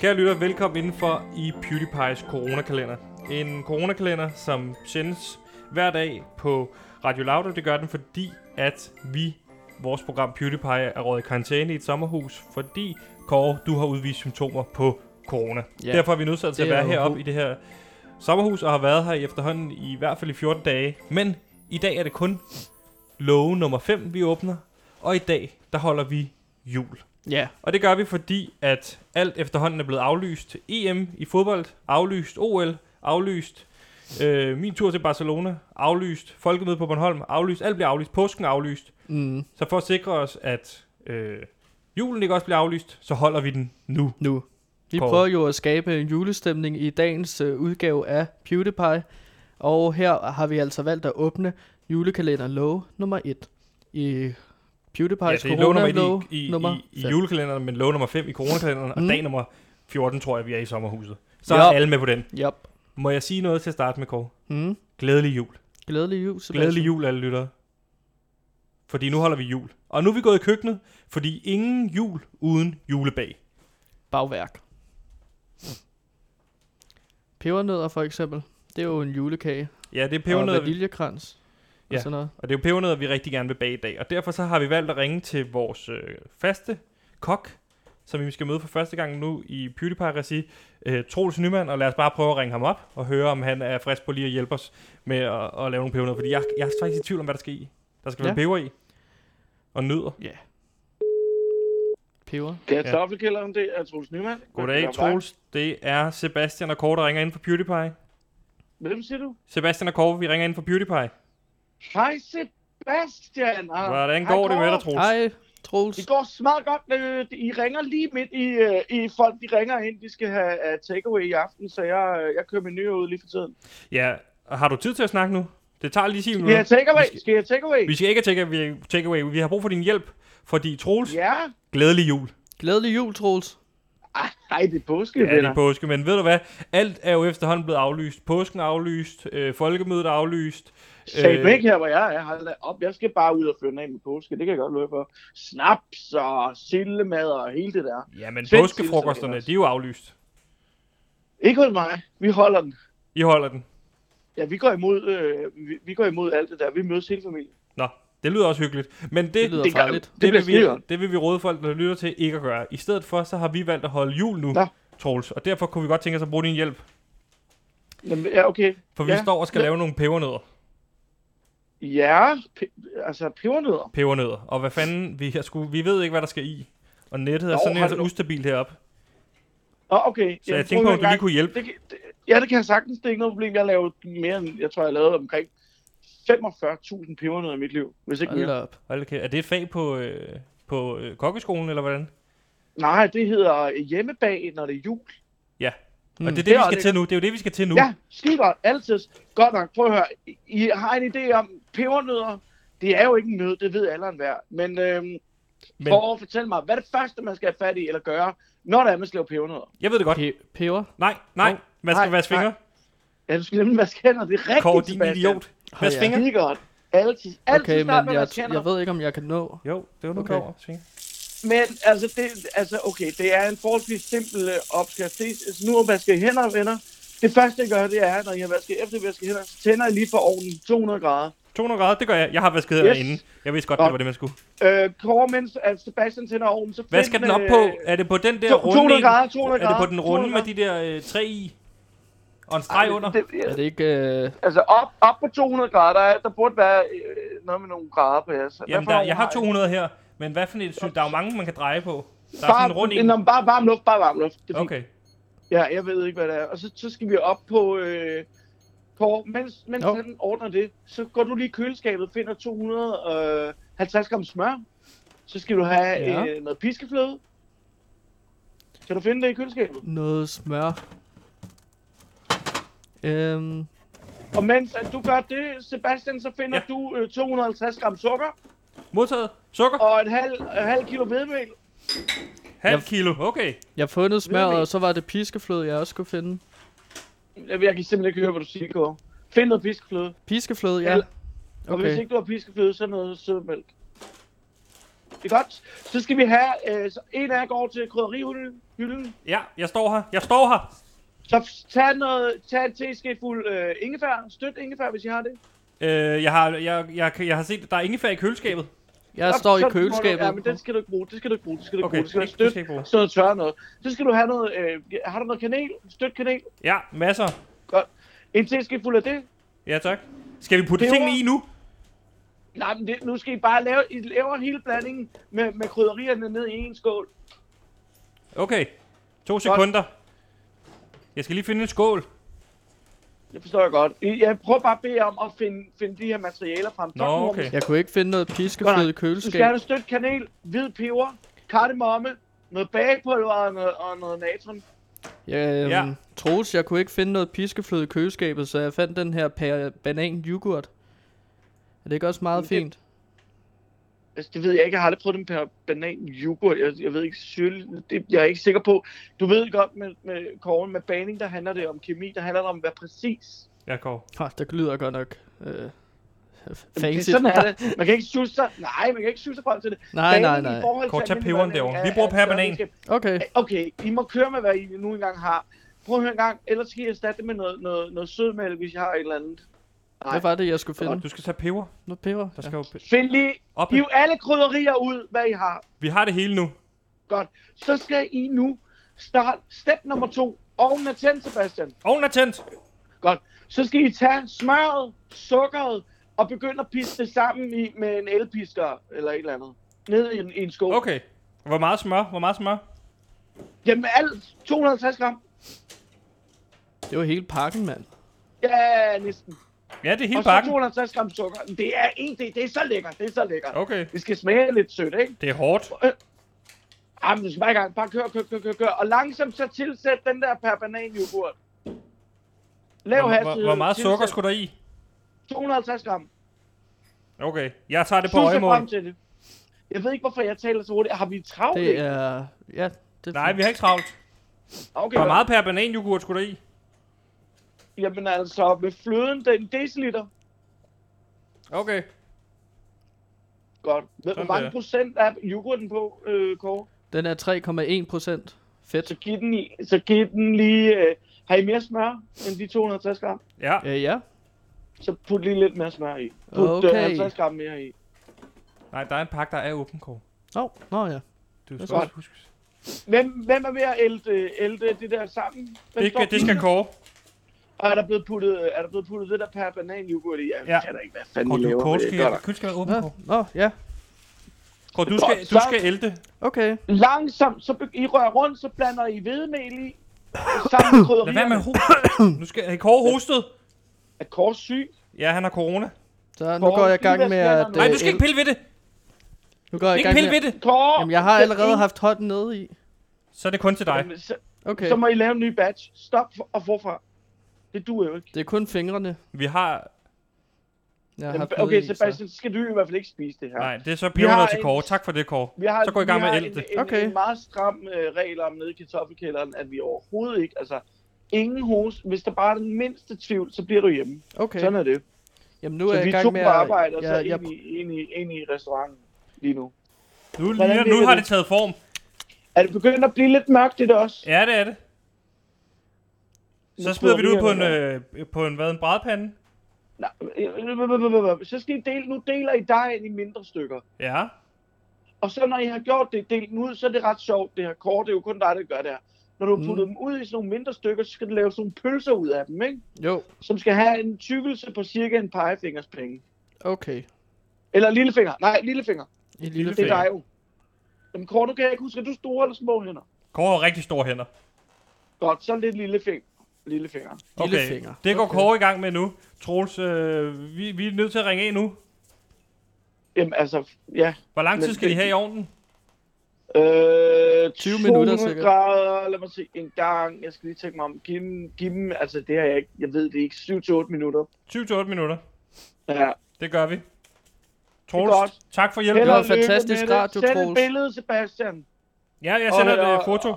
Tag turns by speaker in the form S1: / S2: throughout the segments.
S1: Kære lytter, velkommen indenfor i PewDiePie's coronakalender. En coronakalender, som sendes hver dag på Radio Loud, det gør den, fordi at vi, vores program PewDiePie, er røget i karantæne i et sommerhus, fordi, Kåre, du har udvist symptomer på corona.
S2: Ja.
S1: Ja, Derfor er vi nødt til at
S2: Det er
S1: være
S2: jo
S1: heroppe
S2: ho-
S1: i det her sommerhus, og har været her i efterhånden i hvert fald i 14 dage. Men i dag er det kun låge nummer 5, vi åbner, og i dag, der holder vi jul.
S2: Ja,
S1: Og det gør vi, fordi at alt efterhånden er blevet aflyst. EM i fodbold, aflyst OL, aflyst øh, min tur til Barcelona, aflyst folkemøde på Bornholm, aflyst, alt bliver aflyst, påsken er aflyst.
S2: mm,
S1: Så for at sikre os, at øh, julen ikke også bliver aflyst, så holder vi den nu.
S2: nu. Vi
S1: Kåre.
S2: prøver jo at skabe en julestemning i dagens øh, udgave af PewDiePie, og her har vi altså valgt at åbne julekalender lov nummer 1 i PewDiePie's
S1: det er lov
S2: corona
S1: nummer
S2: lov
S1: 1 i, i, i, i
S2: fem.
S1: julekalenderen, men lov nummer 5 i coronakalenderen, mm.
S2: Mm.
S1: og dag nummer 14 tror jeg, vi er i sommerhuset. Så
S2: Ja.
S1: er alle med på den.
S2: Yep.
S1: Må jeg sige noget til at starte med, Kåre?
S2: Mm.
S1: Glædelig jul.
S2: Glædelig jul, Sebastian.
S1: Glædelig jul, alle lyttere. Fordi nu holder vi jul. Og nu er vi gået i køkkenet, fordi ingen jul uden julebag.
S2: Bagværk. Pebernødder for eksempel. Det er jo en julekage.
S1: Ja, det er
S2: Pebernødder. Og
S1: pebernødder, vi-
S2: vaniljekrans. Ja.
S1: Ja.
S2: Og sådan noget.
S1: og det er jo pebernødder, vi rigtig gerne vil bage i dag. Og derfor så har vi valgt at ringe til vores øh, faste kok, som vi skal møde for første gang nu i PewDiePie-regi, øh, Troels Nyman, og lad os bare prøve at ringe ham op og høre, om han er frisk på lige at hjælpe os med at, at lave nogle pebernødder. Fordi jeg, jeg er faktisk i tvivl om, hvad der skal i. Der skal være
S2: Ja.
S1: peber i. Og nødder.
S2: Ja. Peber.
S3: Kartoffelkælderen, det er Troels Nyman.
S1: Goddag, Troels. Det er Sebastian og Kåre, der ringer ind fra PewDiePie.
S3: Hvem siger du?
S1: Sebastian og Kåre, vi ringer ind fra PewDiePie.
S3: Hej Sebastian! og
S1: Hvordan
S3: hej,
S1: går det med
S3: Kåre.
S1: dig, Troels?
S2: Hej, Troels.
S3: Det går smadret godt. Øh, I ringer lige midt i, øh, i folk, de ringer ind. De skal have uh, takeaway i aften, så jeg, øh, jeg kører menuer ud lige for tiden.
S1: Ja, har du tid til at snakke nu? Det tager lige 10
S3: Skal
S1: minutter.
S3: jeg takeaway?
S1: Mm. Vi skal-
S3: Skal jeg takeaway?
S1: Vi skal ikke have take- takeaway. Vi har brug for din hjælp, fordi Troels,
S3: Ja.
S1: glædelig jul.
S2: Glædelig jul, Troels.
S3: Ej, det er påske,
S1: Ja, det er
S3: venner.
S1: påske, men ved du hvad? Alt er jo efterhånden blevet aflyst. Påsken er aflyst, øh, folkemødet er aflyst. øh,
S3: Sæt væk her, hvor jeg er. Hold da op. Jeg skal bare ud og fyre den af med påske. Det kan jeg godt løbe for. Snaps og sillemad og hele det der.
S1: Ja, men
S3: Fedt,
S1: påskefrokosterne,
S3: Silas.
S1: de er jo aflyst.
S3: Ikke hos mig. Vi holder den.
S1: I holder den.
S3: Ja, vi går imod, øh, vi, vi går imod alt det der. Vi mødes hele familien.
S1: Nå, det lyder også hyggeligt. Men det,
S2: Det lyder
S3: det gør-
S2: farligt.
S3: Det
S1: det,
S3: bliver
S1: vil vi,
S3: skide godt.
S1: det vil vi råde folk, der lytter til, ikke at gøre. I stedet for, så har vi valgt at holde jul nu,
S3: Nå.
S1: Troels. Og derfor kunne vi godt tænke os at bruge din hjælp.
S3: Jamen, ja, okay.
S1: For vi
S3: Ja.
S1: står og skal
S3: Ja.
S1: lave nogle pebernødder.
S3: Ja, pe- altså pebernødder.
S1: pebernødder. Og hvad fanden, vi, har sku, vi ved ikke, hvad der skal i. Og nettet er
S3: Nå,
S1: sådan
S3: hold
S1: altså
S3: nu.
S1: ustabilt heroppe.
S3: Åh, okay.
S1: Så jeg
S3: Jamen,
S1: tænkte på,
S3: prøv
S1: om du
S3: en
S1: lige
S3: gang.
S1: kunne hjælpe.
S3: Det, kan- det, ja, det kan jeg sagtens. Det er ikke noget problem. Jeg lavede mere end, jeg tror, jeg lavede omkring 45.000 pebernødder i mit liv, hvis ikke
S2: Hold
S3: mere.
S2: da op.
S1: Hold da kæft. Er det et fag på, øh, på øh, kokkeskolen, eller hvordan?
S3: Nej, det hedder hjemmebag, når det er jul.
S1: Ja.
S2: Mm.
S1: Og det er det,
S3: Det
S1: vi
S3: er
S1: skal
S3: det.
S1: til nu. Det er jo det, vi skal til nu.
S3: Ja, skide godt. Altid. Godt nok. Prøv at høre. I- I har en idé om pebernødder. Det er jo ikke en nød, det ved alle hver. Men, øhm,
S1: Men
S3: Men... for at fortælle mig, hvad er det første, man skal have fat i eller gøre, når det er, man skal lave pebernødder?
S1: jeg ved det godt.
S2: Pe- peber.
S1: Nej, nej.
S2: Hov.
S1: Man skal
S3: Nej,
S1: vaske fingre.
S3: Ja, du skal nemlig vaske hænder. Det er rigtigt,
S1: Kåre, din
S3: Sebastian.
S1: idiot. Vask
S2: ja.
S1: fingre.
S3: Skide godt. Altid, altid
S2: Okay,
S3: okay, start
S2: men
S3: med jeg,
S2: jeg,
S3: vaske hænder.
S2: jeg ved ikke, om jeg kan nå.
S1: Jo, det var nu
S2: Okay.
S1: okay. over. Svinger.
S3: Men altså, det, altså, okay, det er en forholdsvis simpel øh, opskrift. Det, altså, nu at vaske hænder, venner. Det første, jeg gør, det er, når jeg vasker efter jeg vasker hænder, så tænder jeg lige for ovnen 200 grader.
S1: 200 grader, det gør jeg. Jeg har vasket yes.
S3: Yes.
S1: inden. Jeg vidste godt,
S3: Godt.
S1: det var det, man skulle.
S3: Øh, Kåre, mens at Sebastian tænder ovnen, så
S1: Hvad
S3: find,
S1: skal den op
S3: øh,
S1: på? Er det på den der
S3: to-
S1: runde?
S3: 200
S1: en?
S3: grader, 200
S1: Er det på
S3: grader,
S1: den runde
S3: 200
S1: med de der øh, tre i? Og en
S3: Ej,
S1: streg under?
S3: Det,
S2: Er det ikke... Øh,
S3: altså, op, op på 200 grader, der, er- der burde være øh, noget med nogle grader på jeres. Hvad
S1: Jamen,
S3: for
S1: der,
S3: ovn
S1: jeg har
S3: I?
S1: 200 her, men hvad for et sy- Der er jo mange, man kan dreje på. Der er sådan
S3: Bare,
S1: en rund
S3: en,
S1: en.
S3: om- bare varm luft, bare varm luft. Det er fint.
S1: Okay.
S3: Ja, jeg ved ikke, hvad det er. Og så, så skal vi op på... Øh, Kåre, mens, mens
S2: Jo.
S3: han ordner det, så går du lige i køleskabet og finder 250 gram smør. Så skal du have
S2: Ja.
S3: ja. øh, noget piskefløde. Kan du finde det i køleskabet?
S2: noget smør. Øhm,
S3: Og mens at du gør det, Sebastian, så finder
S1: Ja.
S3: ja. du øh, 250 gram sukker
S1: Modtaget. Sukker.
S3: og en halv, en halv kilo hvedemel.
S1: Halv
S2: Jeg-
S1: kilo. Okay.
S2: jeg har fundet smør,
S3: Hvidemel.
S2: og så var det piskefløde, jeg også kunne finde.
S3: Jeg, jeg kan simpelthen ikke høre, hvad du siger, Kåre. Find noget piskefløde.
S2: Piskefløde, ja.
S3: Eller- Og hvis
S2: Okay.
S3: ikke du har piskefløde, så noget sødmælk. Det er godt. Så skal vi have, øh, så en af jer går over til krydderihylden, hylden.
S1: Ja, jeg står her. Jeg står her.
S3: så tag, noget, tag en teske fuld øh, ingefær, støt ingefær, hvis I har det.
S1: Øh, jeg, har, jeg, jeg, jeg har set, at der er ingefær i køleskabet.
S2: Jeg
S3: Så-
S2: står i
S3: så må du-
S2: køleskabet.
S3: Ja, men den skal du ikke bruge, det skal du ikke bruge, det skal du ikke
S1: Okay,
S3: bruge, det skal du
S1: det- det
S3: støtte,
S1: skal jeg ikke bruge.
S3: sådan noget tørre noget. Så skal du have noget, øh, har du noget kanel, støt kanel,
S1: Ja, masser.
S3: godt. En teske fuld af det.
S1: Ja, tak. Skal vi putte
S3: Peber.
S1: tingene i nu?
S3: Nej, men det, nu skal I bare lave, I laver hele blandingen med, med krydderierne ned i en skål.
S1: Okay. To sekunder. Jeg skal lige finde en skål.
S3: Det forstår jeg godt. I- Jeg prøver bare at bede jer om at finde, finde de her materialer frem.
S1: Nå,
S3: Tak, Morten.
S1: okay.
S2: Jeg kunne ikke finde noget
S3: Godt
S2: piskefløde i
S3: nok. Du skal have
S2: køleskabet.
S3: noget stødt kanel, hvid peber, kardemomme, noget bagepulver og noget, og noget natron.
S2: Jeg, øhm,
S1: Ja.
S2: ja. Troels, jeg kunne ikke finde noget piskefløde i køleskabet, så jeg fandt den her pære banan yoghurt. Er det ikke også meget
S3: Det-
S2: fint?
S3: Altså, det ved jeg ikke. Jeg har aldrig prøvet den per banan yoghurt. Jeg, jeg ved ikke, syrlig, det, jeg er ikke sikker på. Du ved godt med, med Kåre, med baning, der handler det om kemi. Der handler det om at være præcis.
S1: Ja, Kåre.
S2: Oh, det lyder godt nok øh,
S3: Det,
S2: fancy.
S3: sådan er det. Man kan ikke susse sig. Nej, man kan ikke susse sig frem til det.
S2: Nej, nej,
S3: Baning i
S2: nej.
S3: forhold til
S1: Kåre, tag
S3: almindelig
S1: peberen
S3: madlavning
S1: derovre.
S3: er-
S1: Vi bruger
S3: er
S1: per banan.
S3: størrelse-
S2: Okay,
S3: Okay, I må køre med, hvad I nu engang har. Prøv at høre en gang, ellers skal I erstatte det med noget, noget, noget sødmælk, hvis I har et eller andet. Nej.
S2: hvad var det, jeg skulle finde?
S1: Du skal tage peber.
S2: Noget peber?
S1: Der
S2: Ja.
S1: skal jo pe-
S3: Find lige,
S1: op.
S3: hiv alle krydderier ud, hvad I har.
S1: Vi har det hele nu.
S3: Godt. Så skal I nu starte step nummer to. Ovnen er tændt, Sebastian.
S1: Ovnen er tændt.
S3: Godt. Så skal I tage smøret, sukkeret og begynde at piske det sammen i, med en elpisker eller et eller andet. Ned i en, i en skål.
S1: Okay. Hvor meget smør? Hvor meget smør?
S3: Jamen alt 250 gram.
S2: Det var hele pakken, mand.
S3: Ja, næsten.
S1: Ja, det er hele
S3: og så
S1: bakken.
S3: 250 gram sukker. Det er en det, det er så lækkert, det er så lækkert.
S1: Okay.
S3: Det skal smage lidt sødt, ikke?
S1: Det er hårdt.
S3: Jamen, du skal bare i gang. Bare kør, kør, kør, kør, kør. Og langsomt så tilsæt den der per banan yoghurt. Lav
S1: Hvor, hvor,
S3: hastighed.
S1: hvor meget
S3: tilsæt
S1: sukker skulle der i?
S3: 250 gram.
S1: Okay. Jeg tager det på
S3: Sus jer frem
S1: øjemål.
S3: til det. Jeg ved ikke, hvorfor jeg taler så hurtigt. Har vi travlt?
S2: Det er... Ja, det
S1: Nej, vi har ikke travlt.
S3: Okay,
S1: Hvor
S3: godt.
S1: meget per bananjoghurt skulle der i?
S3: Jamen altså, med fløden, den deciliter.
S1: Okay.
S3: Godt. Ved, du,
S1: Sådan
S3: hvor mange
S1: der.
S3: procent er yoghurten på, øh, Kåre?
S2: Den er 3,1 procent fedt.
S3: Så giv den, i, så giv den lige... Øh, har I mere smør end de 250 gram?
S1: Ja.
S2: Øh, ja,
S3: Så put lige lidt mere smør i. Put øh,
S2: Okay.
S3: 50 gram mere i.
S1: Nej, der er en pakke, der er åben, Kåre.
S2: Nå, oh, nå ja.
S1: Du skal
S3: godt.
S1: også huske.
S3: Hvem, hvem er ved at ælte, ælte det der sammen? Hvem
S1: Det,
S3: står
S1: det skal
S3: for
S1: Kåre.
S3: Og er der blevet puttet, er der blevet puttet det der per banan yoghurt i? Jeg
S1: Ja.
S3: ja. kan da ikke, hvad fanden
S1: Kåre,
S3: I
S1: du
S3: laver.
S1: Kåre
S3: med det.
S1: skal,
S3: Godt nok.
S1: Kåre skal være åben,
S2: Nå,
S1: Kåre.
S2: nå ja.
S1: Kåre, du skal, du skal ælte.
S2: Okay.
S3: Langsomt, så be- I rører rundt, så blander I hvedemel i. Sammen med krydderierne.
S1: Lad være med at hoste. Nu skal Kåre hostet.
S3: Er Kåre syg?
S1: Ja, han har corona.
S2: Så nu
S3: Kåre,
S2: går jeg i
S3: giv
S2: gang
S3: dig
S2: med at...
S3: skanneren.
S2: øh,
S1: Nej, du skal ikke pille ved det.
S2: Nu går jeg i
S1: Ikke
S2: gang
S1: pille ved
S2: med...
S1: det.
S3: Kåre!
S2: Jamen, jeg har
S3: så
S2: allerede
S3: en-
S2: haft hånden nede i.
S1: Så er det kun til dig.
S3: Jamen, Så,
S2: Okay.
S3: så må I lave en ny batch. Stop for, og forfra. Det duer jo ikke.
S2: Det er kun fingrene,
S1: Vi har...
S2: jeg har
S3: Jamen,
S2: haft nede
S3: okay,
S2: i, så-
S3: Sebastian, så skal du i hvert fald ikke spise det her.
S1: Nej, det er så
S3: har
S1: pebernød til
S3: en-
S1: Kåre. Tak for det, Kåre.
S3: Vi har,
S1: Så gå i gang
S3: vi
S1: med at
S3: har
S1: ælte.
S3: En, en,
S2: Okay.
S3: okay. en meget stram øh, regel om nede i kartoffelkælderen, at vi overhovedet ikke, altså ingen hos, hvis der bare er den mindste tvivl, så bliver du hjemme.
S2: Okay,
S3: Okay. Sådan er det.
S2: jamen nu er
S3: Så
S2: jeg
S3: vi
S2: i
S3: er to
S2: gang
S3: på
S2: med at...
S3: arbejde, og så
S2: jeg, jeg,
S3: ind, i, ind, i, ind i restauranten lige nu.
S1: Nu,
S3: Hvordan
S1: ligner,
S3: virker
S1: nu har
S3: det?
S1: det taget form.
S3: Er det begyndt at blive lidt mørkt, det der også?
S1: Ja, det er det. Så
S3: Nu
S1: smider vi det ud
S3: prøver
S1: på en,
S3: vi
S1: øh, på en, hvad, en brædpande.
S3: Nej, øh, øh, øh, øh, Så skal I dele, nu deler I dejen i mindre stykker.
S1: Ja.
S3: Og så når I har gjort det, delt dem ud, så er det ret sjovt, det her kort, det er jo kun dig, der gør det her. Når du har
S2: Mm.
S3: puttet dem ud i sådan nogle mindre stykker, så skal du lave sådan nogle pølser ud af dem, ikke?
S2: jo,
S3: Som skal have en tykkelse på cirka en pegefingers penge.
S2: okay.
S3: Eller lillefinger. Nej, lillefinger.
S2: I lille
S3: Det er
S1: Lillefinger.
S2: finger.
S3: dig jo. Jamen kort, nu kan jeg ikke huske, er du store eller små hænder?
S1: Kåre har rigtig store hænder.
S3: Godt, så lidt lillefinger. Lillefinger.
S2: Lillefinger.
S1: det går
S2: Okay.
S1: Kåre i gang med nu. Troels, øh, vi, vi er nødt til at ringe af nu.
S3: Jamen altså, ja.
S1: Hvor lang
S3: Men
S1: tid skal de
S3: det-
S1: have i ovnen?
S3: Øh,
S2: 20 minutter
S3: 200
S2: sikkert.
S3: grader, lad mig se en gang. Jeg skal lige tænke mig om. Giv dem, giv dem altså det har jeg ikke. Jeg ved det ikke. 7-8 minutter.
S1: 7-8 minutter.
S3: Ja.
S1: Det gør vi.
S3: godt.
S1: Troels, tak for
S3: Held
S1: hjælpen.
S2: var
S3: og lykke
S2: fantastisk
S3: med
S2: radio,
S3: det. Send et
S2: Troels.
S3: billede, Sebastian.
S1: Ja, jeg sender
S3: Og-
S1: et øh,
S3: og-
S1: foto.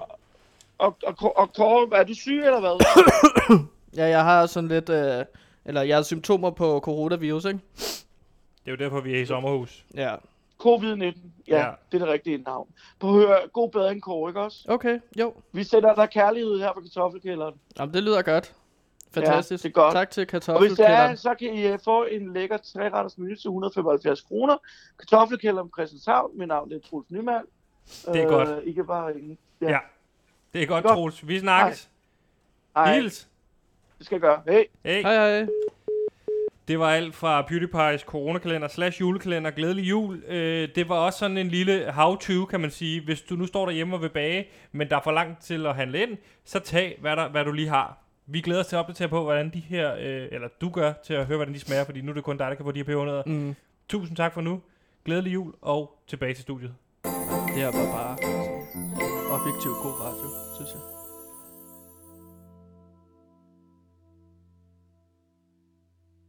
S3: Og, og, og, og Kåre, er du syg eller hvad?
S2: Ja, jeg har sådan lidt... Øh, eller jeg har symptomer på coronavirus, ikke?
S1: Det er jo derfor, vi er i sommerhus.
S2: Ja.
S3: Covid-19. Ja,
S1: Ja.
S3: ja, det er det rigtige navn. Prøv at høre, god bedring, Kåre, ikke også?
S2: Okay, jo.
S3: Vi sender dig kærlighed her på kartoffelkælderen.
S2: Jamen, det lyder godt. Fantastisk.
S3: det er godt.
S2: Tak til
S3: Og hvis det er,
S2: kartoffelkælderen.
S3: så kan I øh, få en lækker træretters menu til 175 kroner. Kartoffelkælderen på Christianshavn. Mit navn er Truls Nyman. Øh,
S1: Det er godt.
S3: I kan bare ringe. Ja.
S1: Ja. Det er godt,
S3: Godt.
S1: Troels. Vi snakkes.
S3: Ej,
S1: Hils.
S3: det skal jeg gøre. Hey.
S1: Hey.
S2: Hej, hej.
S1: Det var alt fra PewDiePie's coronakalender slash julekalender. Glædelig jul. Øh, det var også sådan en lille how-to, kan man sige. Hvis du nu står derhjemme og vil bage, men der er for langt til at handle ind, så tag, hvad, der, hvad du lige har. Vi glæder os til at opdatere på, hvordan de her, øh, eller du gør, til at høre, hvordan de smager, fordi nu er det kun dig, der kan få de her peberhundreder. Mm.
S2: Mm,
S1: Tusind tak for nu. Glædelig jul, og tilbage til studiet.
S2: det her var bare objektiv god radio, synes jeg.